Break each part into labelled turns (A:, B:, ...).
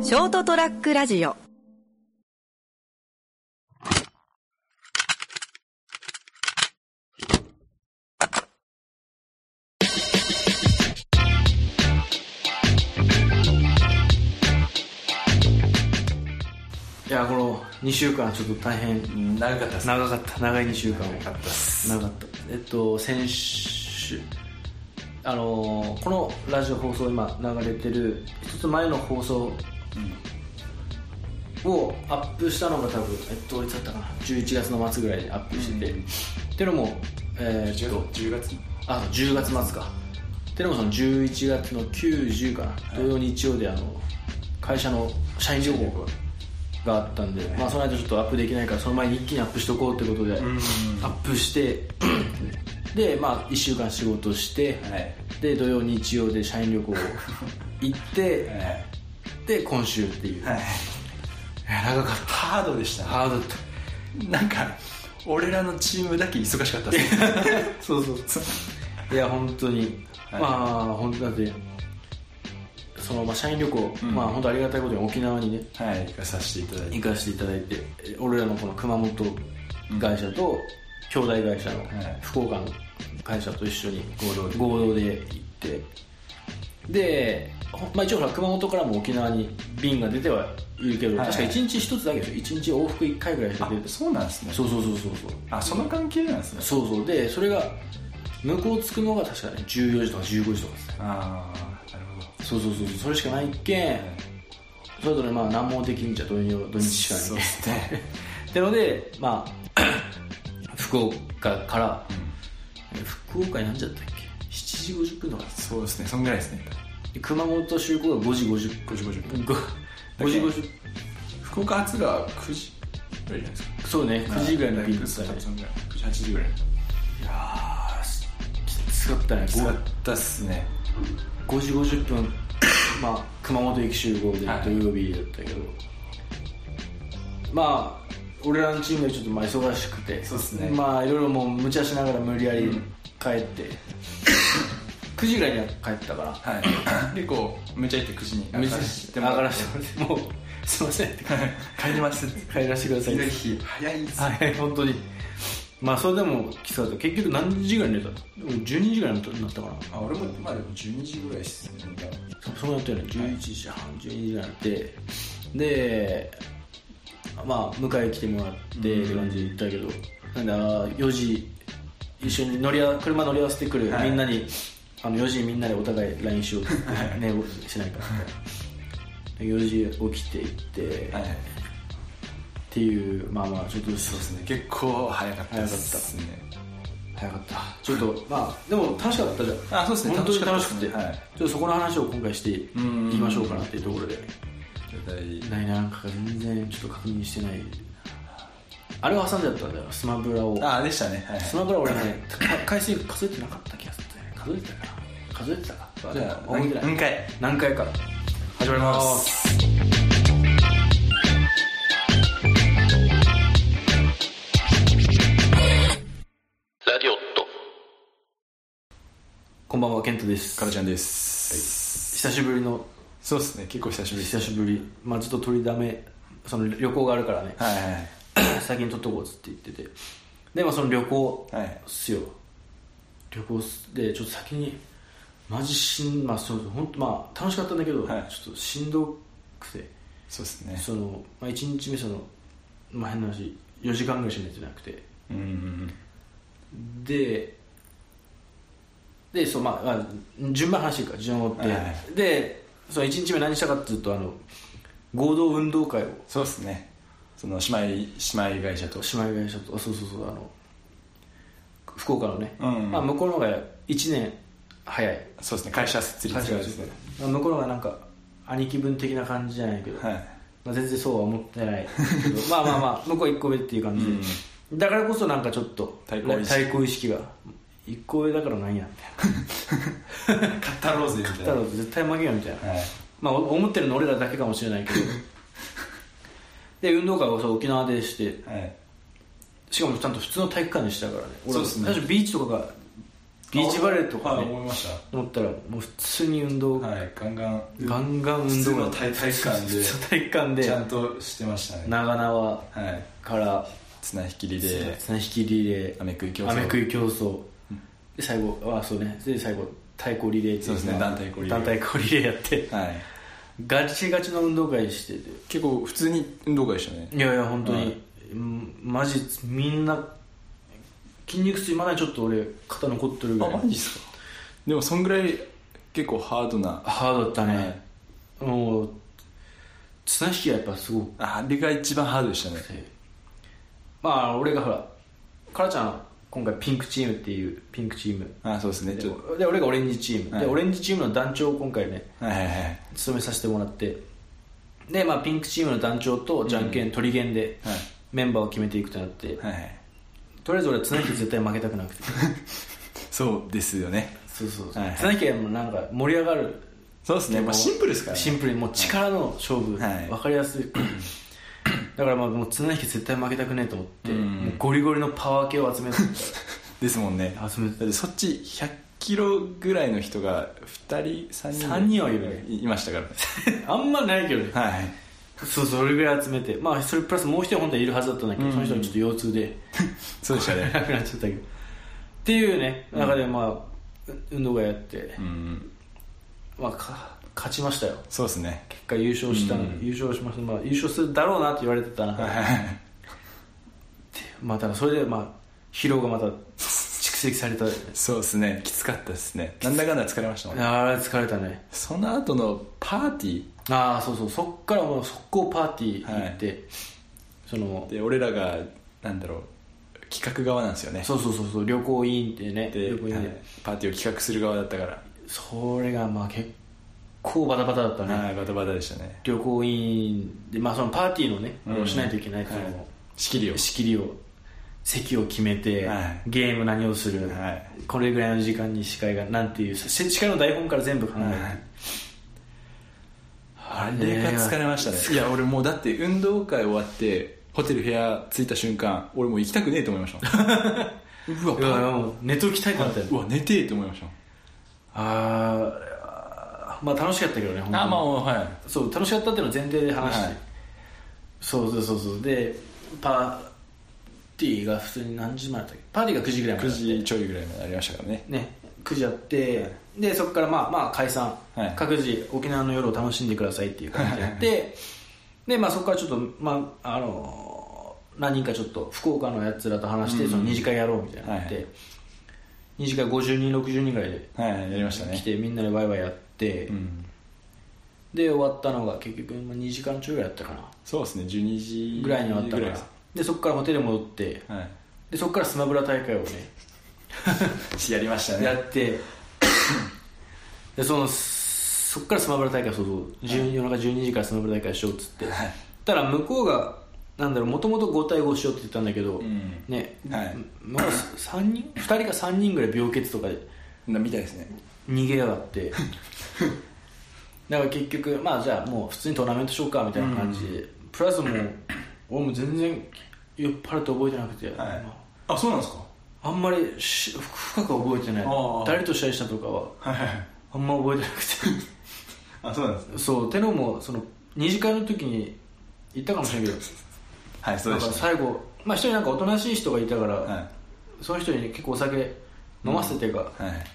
A: ショートトラックラジオ
B: いやこの2週間ちょっと大変
C: うん長かったです
B: 長かった長い2週間
C: 長かったです
B: 長かったえっと先週あのーこのラジオ放送今流れてる一つ前の放送をアップしたのが多分えっといつだったかな11月の末ぐらいにアップしてて、っていうのもえーっと
C: 10月に
B: あ10月末かっていうのもその11月の90かな土曜日曜であの会社の社員情報があったんで、まあ、その間ちょっとアップできないからその前に一気にアップしとこうってことでアップ してでまあ1週間仕事して
C: はい
B: で土曜日曜で社員旅行行って
C: え
B: で今週っていう
C: ーはい
B: 長かっ
C: ハードでしたた
B: ハードだった
C: なんか俺らのチームだけ忙しかった です
B: そうそうそういや本当に、
C: はい
B: まあ本当だってそのまあ社員旅行、
C: ん
B: まあ本当ありがたいことに沖縄にね
C: はい行かさせていただいて
B: 行かせていただいてえ俺らのこの熊本会社と兄弟会社の
C: い
B: 福岡の会社と一緒に合同で行ってで、ほまあ、一応ほら熊本からも沖縄に便が出てはいるけど、
C: はい
B: 確か1日1つだけでしょ1日往復1回ぐらいしか
C: あ
B: 出て
C: そうなんですね
B: そうそうそうそうそう
C: あその関係なんですね
B: そうそうでそれが向こう着くのが確かね14時とか15時とかですね
C: ああなるほど
B: そうそうそうそうそれしかないけんそれぞれまあ難問的にじゃ土曜土日しかない
C: そうですね
B: ってのでまあ 福岡から、え福岡になんじゃったっけ7時50分とかです
C: そうですねそんぐらいですね
B: で熊本集合が5時50
C: 5時50分
B: 分5時50
C: 福岡発が9時ぐらいじゃないですか
B: そうね9時ぐらいのピークだったね
C: そんぐらい9時8時ぐらい
B: いやーきつかったね
C: 使ったっすね
B: 5時50分 まあ熊本駅集合で
C: はい
B: 土曜日だったけど、まあ俺らのチームでちょっとまあ忙しくて
C: そうっすね
B: まあいろいろもう無茶しながら無理やり帰っ て、9時ぐらいには帰ったから
C: はい でこう無茶言って9時に
B: 無
C: 上
B: 茶
C: が
B: し
C: してて
B: 上
C: も
B: が
C: ら
B: ら
C: っ
B: せ
C: て
B: てもら ってもうすいませんって
C: 帰りますって
B: 帰らせてください
C: 次の日早いっす
B: はい本当にまあそれでもきつかった結局何時ぐらいに寝たの俺12時ぐらいになったかな
C: あ俺もまあでも12時ぐらいっすね
B: そそうやってるね11時半12時なんてでまあ迎え来てもらってって感じで行ったけど、なんであー4時一緒に乗りあ車乗り合わせてくる、
C: はい
B: みんなにあの4時にみんなでお互い LINE しようって寝坊しないからで4時起きて行って、
C: はい
B: っ、ていうまあまあちょっとそうですね
C: 結構早かったね
B: 早かったちょっとまあでも楽しかったじゃん
C: あそうですね
B: 本当に楽
C: 楽
B: し
C: し
B: く、
C: かってたですねはい
B: ちょっとそこの話を今回していきましょうかなっていうところでないななんか全然ちょっと確認してないあれを挟んじゃったんだよスマブラを
C: ああでしたねはい
B: スマブラ俺ねか回数数えてなかった気がするね数えてたかな数えてたか
C: じゃあ
B: 覚えてない
C: 何回
B: 何回か
C: 始まります
B: こんばんはケントです
C: カラちゃんです
B: 久しぶりの
C: そうですね結構久しぶりです
B: 久しぶりまあちょっと取りだめその旅行があるからね
C: はいはい
B: 先に撮っとこうっつって言っててでもその旅行
C: はい
B: っすよ旅行っすでちょっと先にマジしんまあそう本当まあ楽しかったんだけど、
C: はい
B: ちょっとしんどくて
C: そうですね
B: その、まあ、1日目その、まあ、変な話4時間ぐらいしか寝てなくて
C: うんうん
B: ででそう、まあ、あ順番話していいから順番を追って、
C: はいは
B: でその1日目何したかっていうとあの合同運動会を
C: そうですねその姉妹姉妹会社と
B: 姉妹会社とあそうそうそうあの福岡のね、
C: うん
B: まあ、向こうの方が1年早い
C: そうですね会社設立がですね
B: まあ向こうの方がなんか兄貴分的な感じじゃないけど、
C: はい
B: まあ、全然そうは思ってないけ どまあまあまあ向こう1個上っていう感じで、だからこそなんかちょっと
C: 対抗意識
B: 対抗意識が1個上だからなんやみ
C: カッタローズみたい
B: たいなだから絶対負けよみたいな、
C: はい
B: まあお思ってるの俺らだけかもしれないけ どで運動会をそう沖縄でして
C: はい
B: しかもちゃんと普通の体育館にしたからね俺
C: そうっすね
B: 最初ビーチとかがビーチバレーと
C: は
B: か
C: い
B: ね
C: 思いまし
B: 思ったらもう普通に運動、
C: たはいガンガン
B: ガンガン
C: 普
B: 運
C: 通
B: 動
C: の体体育館
B: 普
C: で
B: 通の体育館
C: ちゃ
B: で
C: んとしてましたね
B: 長縄
C: はい
B: から
C: 綱引きリレー
B: 綱引きリレー
C: アメ食い競争
B: アメ食い競争で最後はそうねで最後太鼓リレーってい
C: そうですね団体鼓リレー
B: 団体鼓リレーやって
C: はい
B: ガチガチの運動会してて
C: 結構普通に運動会でしたね
B: いやいや本当に、
C: はい
B: うんマジみんな筋肉痛いまだにちょっと俺肩残ってるぐらい
C: ジですかでもそんぐらい結構ハードな
B: ハードだったね、もう綱引きはやっぱすごく
C: あれが一番ハードでしたね
B: てまあ俺がほらカラちゃん今回ピンクチームっていうピンクチーム
C: あそうですねちょっ
B: で俺がオレンジチーム、
C: はい
B: でオレンジチームの団長を今回ね
C: とはいはいはい
B: 務めさせてもらってでまあピンクチームの団長とじゃんけん、取りゲンで
C: はい
B: メンバーを決めていくとなって、
C: はいはい
B: とりあえず俺は綱引き絶対負けたくなくて
C: そうですよね
B: そうそうそう、
C: はいはい
B: 綱引きはもうなんか盛り上がる
C: そうですねまあシンプルですからね
B: シンプルにもう力の勝負、わ
C: はい
B: 分かりやすいだからまあもう綱引き絶対負けたくねえと思って、
C: うん
B: もうゴリゴリのパワー系を集めて
C: ですもんねだ
B: 集めて
C: ってそっち100キロぐらいの人が2人3人
B: 三人はいるね
C: いました からね
B: あんまないけどね
C: はいはい
B: そうそれぐらい集めてまあそれプラスもう一人本当はいるはずだったんだけど、
C: うん
B: その人はちょっと腰痛で
C: そうでしたね
B: なくなっちゃったけどっていうね中でまあ、運動会やって
C: う、ん
B: まあか勝ちましたよ
C: そうですね
B: 結果優勝した、
C: うん
B: 優勝しました、まあ、優勝するだろうなって言われてた中
C: はい
B: で
C: はいはい
B: まあただそれでまあ疲労がまた蓄積されたよね
C: そうですねきつかったですねなんだかんだ疲れましたもんね
B: あれ疲れたね
C: その後のパーティ
B: ああそうそうそっからもう速攻パーティー行って、その
C: ーで俺らがなんだろう企画側なんですよね
B: そうそうそうそう旅行委員ってね
C: で
B: 旅行委員で、
C: はいパーティーを企画する側だったから、
B: それがまあ結構バタバタだったね、
C: はいバタバタでしたね
B: 旅行委員でまあそのパーティーのね、
C: うん
B: しないといけない、
C: はい
B: その
C: 仕切りを
B: 仕切りを席を決めて、
C: はい
B: ゲーム何をする、
C: はい
B: これぐらいの時間に司会がなんていうし司会の台本から全部考えて、
C: はいあれが疲れましたねいや俺もうだって運動会終わってホテル部屋着いた瞬間俺もう行きたくねえと思いましたもんうわ
B: いやいやもう寝ときたいかったよ、
C: うわ寝てえと思いましたもん
B: ああまあ楽しかったけどね本当に
C: あまあはい
B: そう楽しかったっていうのを前提で話して、
C: はい
B: そうそうそうそうでパーティーが普通に何時までだったっけパーティーが9時ぐらいまで
C: 9
B: あって
C: 時ちょいぐらいまでありましたからね
B: ね9時あって、でそこからまあまあ解散、
C: はい
B: 各自沖縄の夜を楽しんでくださいっていう感じでやってでまあそこからちょっとまああのー何人かちょっと福岡のやつらと話して、
C: うん
B: その二次会やろうみたいになって、
C: はい
B: 二次会50人60人ぐらいで
C: はいやりました
B: 来
C: ね
B: て、みんなでワイワイやって、
C: うん
B: で終わったのが結局まあ2時間ちょいぐらいやったかな
C: そうですね12時
B: ぐらいに終わったから
C: です
B: でそこからホテル戻って
C: は
B: でそこからスマブラ大会をね
C: いやりましたね
B: やってでそのそこからスマブラ大会そうそう12夜中12時からスマブラ大会しようっつって
C: はい
B: たら向こうがなんだろうもともと5対5しようって言ったんだけど、
C: ん
B: ね、
C: はい
B: 向こう三人2人か3人ぐらい病欠とかで
C: なみたいですね
B: 逃げやがって だから結局まあじゃあもう普通にトーナメントしようかみたいな感じで、プラスもう俺も全然酔っ払って覚えてなくて、
C: あそうなんですか
B: あんまりし深くは覚えてない
C: ああ
B: 誰と試合したとかは
C: はいはいはい
B: あんま覚えてなく
C: あそうなんです
B: てそうてのもその二次会の時に行ったかもしれないけど
C: はいそう
B: なん
C: で
B: か
C: した
B: 最後まあ一人なんかおとなしい人がいたから、
C: は
B: その人に、ね、結構お酒飲ませてていうか、
C: いはい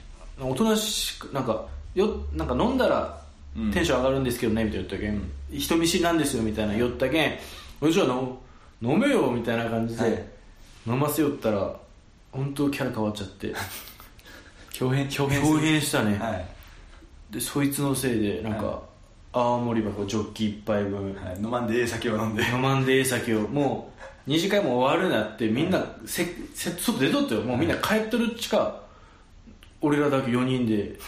B: おとなしくなんかよなんか飲んだら
C: うん
B: テンション上がるんですけどねみたいな言ったけん、人見知りなんですよみたいな言ったけん俺じゃあ飲飲めよみたいな感じで、
C: はい
B: 飲ませよったら本当キャラ変わっちゃって
C: 表変 表
B: 表現したね、
C: はい
B: でそいつのせいでなんか、
C: はい
B: 青森箱ジョッキ一杯分、
C: はい、飲まんでええ酒を飲んで
B: 飲まんでええ先をもう二次会も終わるなってみんなせ、せ外出とったよもうみんな帰っとるっちか俺らだけ4人で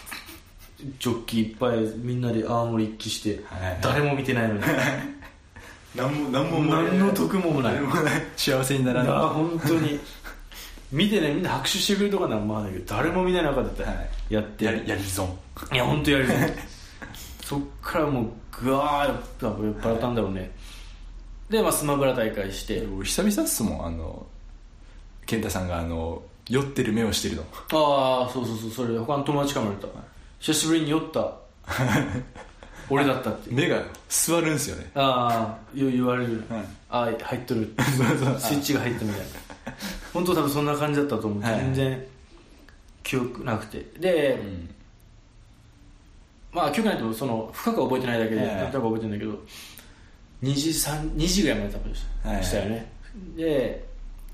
B: ジョッキいっぱいみんなで青森一気して、
C: はい
B: 誰も見て ないのに
C: 何も何
B: 何の得もない
C: もない幸せになら
B: い
C: ない
B: や
C: は
B: 本当に見てねみんな拍手してくれるとかならまあだけど誰も見ない中でやって、
C: いやりやり損
B: いや本当やるぞそっからもうぐわーやっぱ酔っ払ったんだろうね、で、まあ、スマブラ大会して
C: 久々っすもんあの健太さんがあの酔ってる目をしてるの
B: ああそうそうそうそれ他の友達からも言われた久しぶりに酔 った俺だったって
C: 目が座るんですよね
B: ああよ言われる、
C: はい
B: ああ入っとる
C: そうそう
B: スイッチが入ったみたい な本当多分そんな感じだったと思う、
C: はい
B: 全然記憶なくてで、
C: ん
B: まあ記憶ないとその深くは覚えてないだけで、
C: はい
B: なんとなく覚えてるんだけど2時三2時ぐらいまで多分した,、
C: はい
B: したよねで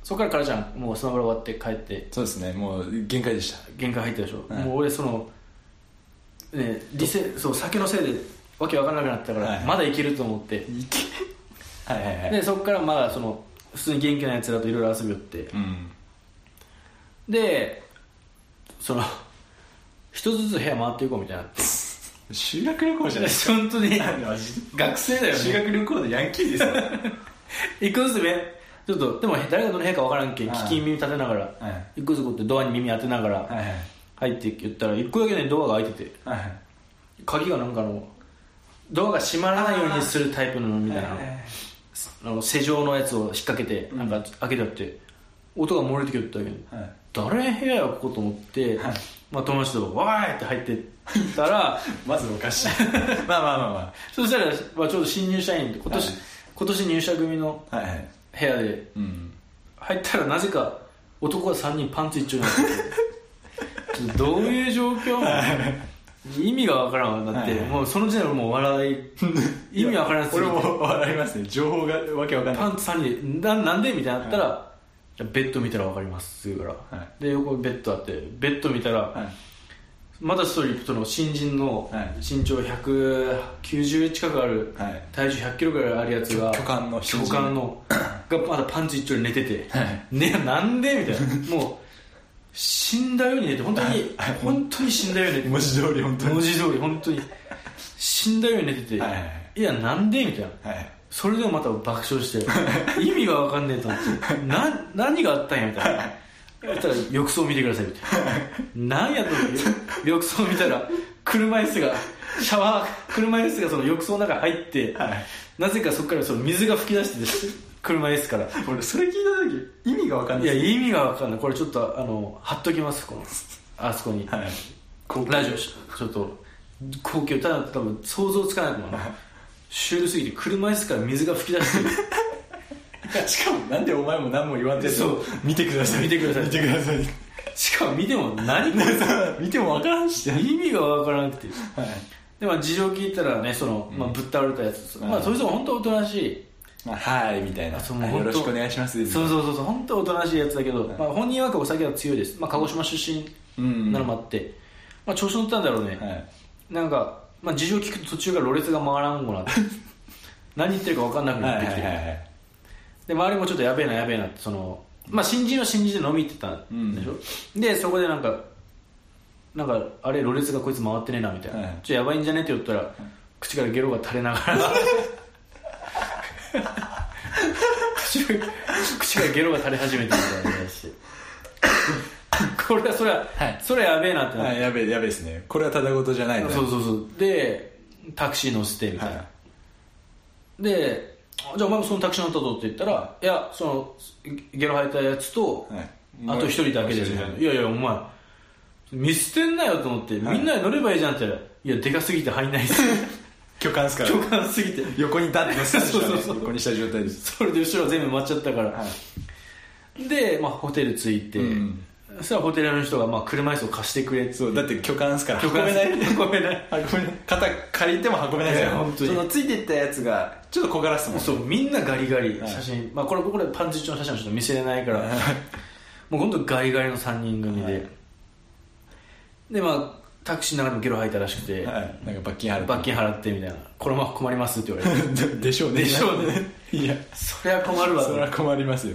B: そこからからちゃんもうスマブラ終わって帰って
C: そうですねもう限界でした
B: 限界入ったでしょ、
C: はい
B: もう俺そのね理性そう酒のせいでわけわからなくなったから、
C: はい
B: まだいけると思って
C: はいはいはい
B: でそこからまだその普通に元気なやつらといろいろ遊びよって、
C: うん
B: でその一つずつ部屋回っていこうみたいになって
C: 修学旅行じゃないで す
B: 本当に
C: かマジで
B: 学生だよ
C: 修
B: ね
C: 学旅行でヤンキーですよ
B: 一個ずつねちょっとでも誰がどの部屋か分からんけん
C: はい
B: 聞き耳立てながら
C: はい
B: 一個ずつこうやってドアに耳当てながら
C: はい
B: 入って言ったら一個だけねドアが開いてて
C: はいはい
B: 鍵がなんかあのドアが閉まらないようにするタイプのみたいな
C: はいはいはい
B: あの施錠のやつを引っ掛けてなんか開けてあって音が漏れてきよったけど
C: はい
B: 誰の部屋やここと思って、
C: はい
B: まあ、友達と「わーい!」って入ってった ら
C: まずおかしいまあまあまあま
B: そしたら、まあ、ちょうど新入社員って今年、
C: はい
B: 今年入社組の
C: あはいはい
B: 部屋で
C: うん
B: 入ったらなぜか男が3人パンツ一丁にな っててちょっとどういう状況意味がわからんわだって、
C: はい
B: もうその時点でもう 笑い意味わからんすぎ
C: 俺
B: て
C: も笑いますね情報がわけわかんない
B: パンツ3人でななんでみたいになったら、じゃあベッド見たらわかりますって言うから、
C: は
B: で横にベッドあってベッド見たら、
C: はい
B: まだ一人その新人の
C: はい
B: 身長190近くある
C: はい
B: 体重1 0 0キロぐらいあるやつが
C: 巨漢の
B: 巨
C: 新人
B: 漢のがまだパンツ一丁に寝てて
C: はい
B: ねなんでみたいなもう死んだように寝て本当に
C: はい
B: 本当に死んだように寝て
C: 文字通り本当に
B: 文字通り本当に死んだように寝てて
C: はいはい
B: いやなんでみたいな
C: はい
B: それでもまた爆笑して 意味が分かんねえと思ってな何があったんやみたいなそしたら浴槽見てくださいみたいな何やと思って浴槽見たら車椅子がシャワー車椅子がその浴槽の中に入って、
C: はい
B: なぜかそこからその水が噴き出してて車椅子から
C: 俺それ聞いた時意味がわかん
B: いや
C: ない
B: 意味が分かんないこれちょっとあの貼っときますこのあそこに、
C: はい
B: ラジオちょっと光景ただ多分想像つかないと思う シュールすぎて車椅子から水が噴き出してる
C: しかもなんでお前も何も言わんで
B: そう
C: 見てください
B: 見てください
C: 見てください
B: しかも見ても何これ
C: 見てもわからんしはい
B: 意味がわからなくてで、まあ、事情聞いたらねその、まあ、ぶっ倒れたやつ、
C: うん
B: まあそいつも本当おとなしい、
C: まあはいみたいな
B: あそうもう
C: はい
B: 本
C: よ
B: 当
C: ろしくお願いします
B: そうそうそうそう本当おとなしいやつだけど、まあ、本人はお酒は強いです、まあ、鹿児島出
C: うん
B: 身なのもあって、まあ、調子乗ったんだろうね、
C: はい
B: なんか、まあ、事情聞くと途中からろれつが回らんご なって何言ってるか分かんなく
C: はい
B: なっ
C: は
B: て
C: い
B: きて、
C: はいはい
B: で周りもちょっとやべえなやべえなってその、まあ、新人は新人で飲み行ってたんでしょ、でそこでなんかなんかあれろれつがこいつ回ってねえなみたいな、
C: はい
B: ちょっとやばいんじゃねって言ったら、口からゲロが垂れな がら口口からゲロが垂れ始めたみたいな話してこれはそれは、
C: はい
B: それはやべえなってなって、
C: はいやべえやべえですねこれはただ事じゃないな
B: そうそうそうでタクシー乗せてみたいな、
C: は
B: であじゃあお前もそのタクシー乗ったぞって言ったらいやそのゲロ吐いたやつと、
C: はい
B: あと一人だけですみたいないやいやお前見捨てんなよと思って、
C: はい
B: みんなで乗ればいいじゃんって言ったらいやでかすぎて入んないです
C: 巨漢ですから
B: 共感すぎて
C: 横にダッて乗せ た
B: そうそうそう
C: 横にした状態です
B: それで後ろは全部埋まっちゃったから、
C: は
B: で、まあ、ホテル着いて、
C: うん
B: そしたらホテルの人が、まあ、車椅子を貸してくれって
C: そ うだって巨漢ですから
B: 共感
C: 運べない
B: す運べない
C: 運べない肩借りても運べないです
B: いや
C: よ
B: 本当に
C: そのついていったやつがちょっと小柄っすもん
B: そうみんなガリガリ
C: はい
B: 写真、まあこれここでパンチ一丁の写真はちょっと見せれないから もう本当ガリガリの3人組で、
C: はい
B: でまあタクシーの中でもゲロ吐いたらしくて、
C: はいなんか罰金ある
B: 罰金払ってみたいなこのまま困りますって言わ れて
C: 金でしょうね
B: でしょうね
C: いや
B: そりゃ困るわ
C: それは困りますよ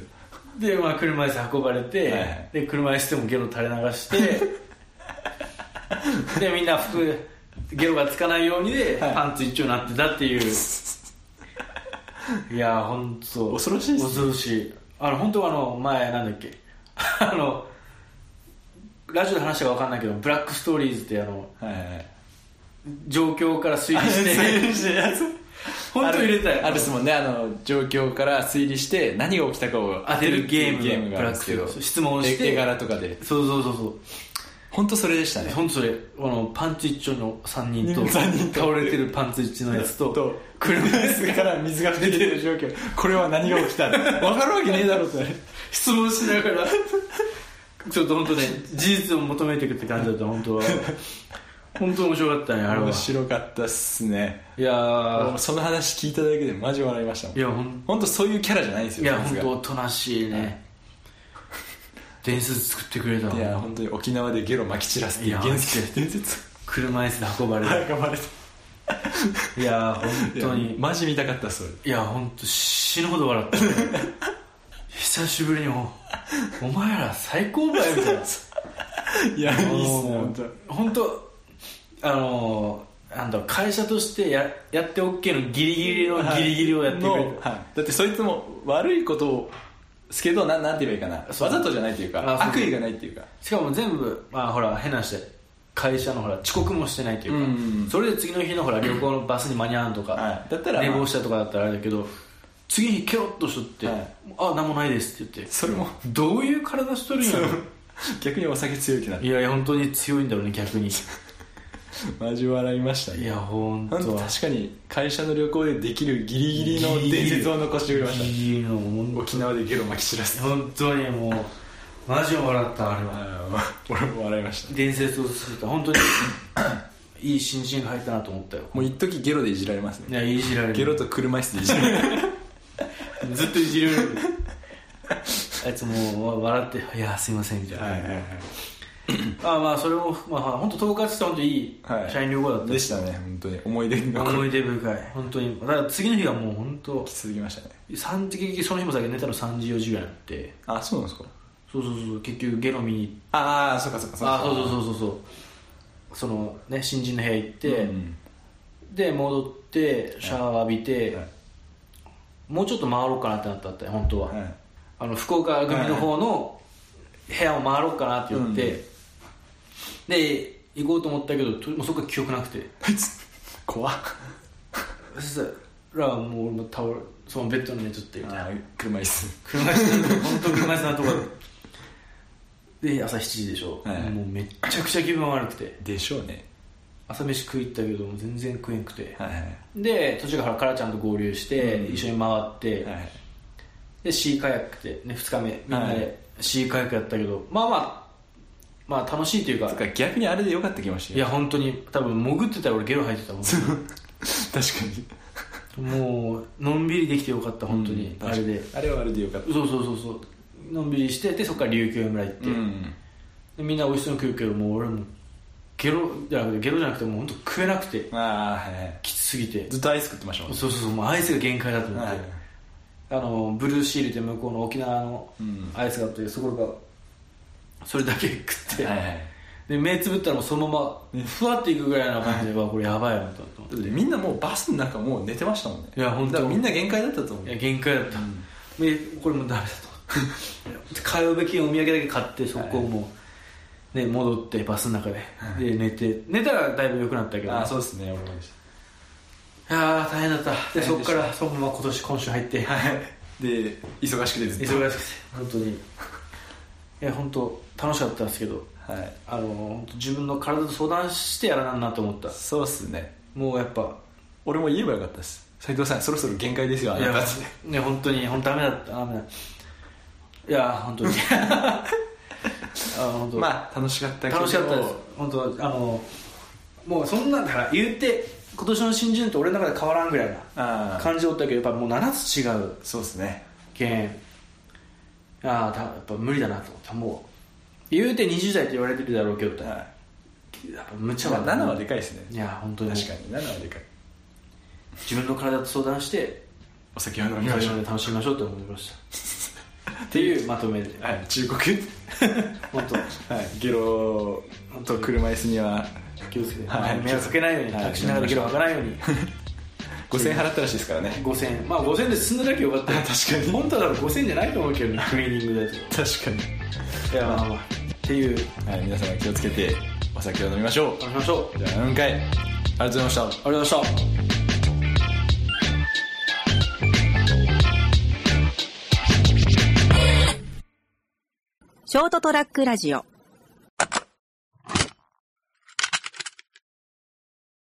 B: でまあ車椅子運ばれて、
C: はいはい
B: で車椅子でもゲロ垂れ流 してでみんな服ゲロがつかないようにで、
C: はい
B: パンツ一丁になってたっていう いやー本当
C: 恐ろしいっすね
B: 恐ろしいあの本当はあの前なんだっけ あのラジオで話したか分かんないけどブラックス トーリーズってあの
C: はいはいはい
B: 状況から推理して
C: して
B: 本当に入れたい
C: あるあるですもんねあの状況から推理して何が起きたかを
B: 当てるゲーム
C: ゲームがあるんですけ
B: ブラッ
C: ど
B: ク質問をして
C: 絵絵柄とかで
B: そうそうそうそう
C: 本当それでしたね
B: ほんとそれあのパンツ一丁の3人と
C: 三人と
B: 倒れてるパンツ一丁のやつと
C: と車椅子から水が出てる状況これは何が起きた の分かるわけねえだろって
B: 質問しながらちょっと本当ね事実を求めていくって感じだった本 当は本当面白かったねあれは
C: 面白かったっすね
B: いやー
C: その話聞いただけでマジ笑いましたもん
B: いやほん
C: 本当そういうキャラじゃないんです
B: い
C: よ
B: や
C: こ
B: 本
C: つが
B: 当おとなしいね伝説作ってくれたわ
C: いや本当に沖縄でゲロ撒き散らすっていう
B: いや
C: 伝説 伝説
B: 車椅子で運ばれ
C: 早
B: る
C: くバレた
B: いやー本当
C: いや
B: に
C: マジ見たかったっすそれ
B: いや本当死ぬほど笑った 久しぶりにもうお前ら最高だよみたいない
C: やいいっすね
B: 本
C: 本
B: 当本当あのーなんだろう会社としてややって OK のギリギリのギリギリをやってくれ
C: のはいだってそいつも悪いことをすけどなんなんて言えばいいかな
B: そう
C: わざとじゃないっていうか
B: あそう
C: 悪意がないっていうか
B: しかも全部まあほら変なして会社のほら遅刻もしてないというか、
C: うんうんうん
B: それで次の日のほら旅行のバスに間に合わんとか、
C: はいだったらまあ
B: 寝坊したとかだったらあれだけど次の日ケロッとしとって「
C: はい
B: あ何もないです」って言って
C: それも
B: どういう体しとるんやろ
C: 逆にお酒強い気になって
B: いやいや本当に強いんだろうね逆にい
C: マジ笑いましたね
B: や本当
C: 本当
B: は
C: 確かに会社の旅行でできるギリギリの
B: ギリギリ
C: 伝説を残してくれまし
B: いいのも
C: た
B: う
C: 沖縄でゲロ撒き散らす
B: 本当にもうマジ笑ったあれは
C: あー俺も笑いました
B: 伝説を作った本当にいい新人が入ったなと思ったよ
C: もう一時ゲロでいじられます
B: い
C: ね
B: やいじられる
C: ゲロと車椅子でいじられる
B: ずっといじられるあいつもう笑って「いやすいません」みたいな、
C: はいはい
B: あまあそれもまあ本当統括して本当いい
C: はい
B: 社員旅行だっ
C: は
B: た
C: い、 でしたね本当に思い出に残
B: 思
C: る
B: い出深い本当にだから次の日はもう本当
C: 続きましたね
B: 三時結局その日も先寝たの3時4時ぐらいになって
C: あそうなんですか
B: そうそうそう結局ゲロ見に行って
C: ああそうかそうかそうか
B: あそうそうそうそうそうそのね新人の部屋行って、
C: うん
B: で戻ってシャワー浴びて、
C: はい
B: もうちょっと回ろうかなってなったって本当は、
C: はい
B: あの福岡組の方の部屋を回ろうかなって言って、
C: うん
B: で行こうと思ったけどともうそこから記憶なくて
C: あいつ怖っ
B: そしたらもう俺も倒れそのベッドに寝ちゃってみたいな
C: あ車椅子
B: 車椅子本当車椅子なとこでで朝7時でしょ、
C: はい
B: もうめっちゃくちゃ気分悪くて
C: でしょうね
B: 朝飯食い行ったけども全然食えんくて
C: はいはい
B: で途中からカラちゃんと合流して、
C: うん
B: 一緒に回って、
C: はい
B: でシーカヤックで、ね、2日目みんな
C: はい
B: でシーカヤックやったけど、まあまあまあ楽しいというか
C: だから逆にあれでよかった気もして
B: いや本当に多分潜ってたら俺ゲロ吐いてたも
C: 確かに
B: ん もうのんびりできてよかった本当に、
C: うん
B: あれで
C: あれはあれでよかっ
B: そうそうそうそうのんびりしてでそこから琉球村行って、
C: たん
B: でみんな美味しそうに食うけどもう俺もゲロじゃなくてゲロじゃなくてもう本当食えなくて
C: ああはいはい
B: きつすぎて
C: ずっとアイス食ってましたもんね
B: そうそうそうもうアイスが限界だと思って、
C: はい
B: あのブルーシールで向こうの沖縄の
C: うん
B: アイスがあってそこがそれだけ食って、
C: はいはい
B: で目つぶったらもうそのままふわっていくぐらいな感じで、わこれやばいなと思って
C: だってみんなもうバスの中もう寝てましたもんね
B: いや本当
C: だからみんな限界だったと思う
B: いや限界だった、でこれもうダメだ と買うべきお土産だけ買ってそこをもう、ね、戻ってバスの中で、で寝て寝たらだいぶ良くなったけど
C: ああそうですね俺も
B: いやー大変だったで
C: 大
B: そこ
C: 変でし
B: か
C: た
B: らそのまま今年今週入って、
C: はいで忙しくてずっと
B: 忙しくて本当にいや本当楽しかったんですけど
C: はい
B: あの本当自分の体と相談してやらなんなと思った
C: そうっすね
B: もうやっぱ
C: 俺も言えばよかったです斉藤さんそろそろ限界ですよあ
B: い
C: な
B: や
C: たって
B: ね本当に本当ダメだったダメだいや本当に あ本当、
C: まあ楽しかったけど
B: 楽しかったです本当あのもうそんなんだから言って今年の新人と俺の中で変わらんぐらい
C: あ
B: な
C: あ
B: 感じおったけどやっぱもう7つ違う
C: そうですね
B: けんああたやっぱ無理だなと思ったもう言うて20代って言われてるだろうけどやっ
C: は
B: ぱ無
C: い
B: 茶
C: ま
B: だ
C: あ7はでかいですね
B: いや本当に
C: 確かに7はでかい
B: 自分の体と相談して
C: お酒を飲み
B: 最
C: まし
B: 後
C: ょ
B: ま
C: う
B: で楽しみましょうと思いました っていうまとめで
C: はい忠 告は
B: 本当
C: いゲロと車椅子には
B: 気をつけて、
C: はい
B: 目をつけないように、
C: はい
B: タクシーの中でゲロ吐かないように
C: 5000円払ったらしいですからね
B: 5000円まあ5000円で進んだだけよかった よ
C: 確かに
B: 本当は多分5000円じゃないと思うけどねクリーニング代と
C: 確かに
B: かいやまあまあっていう
C: はい皆様気をつけてお酒を飲みましょう
B: 話しましょうありがとう
C: じゃあ7回ありがとうございました
B: ございました
A: ショートトラックラジオ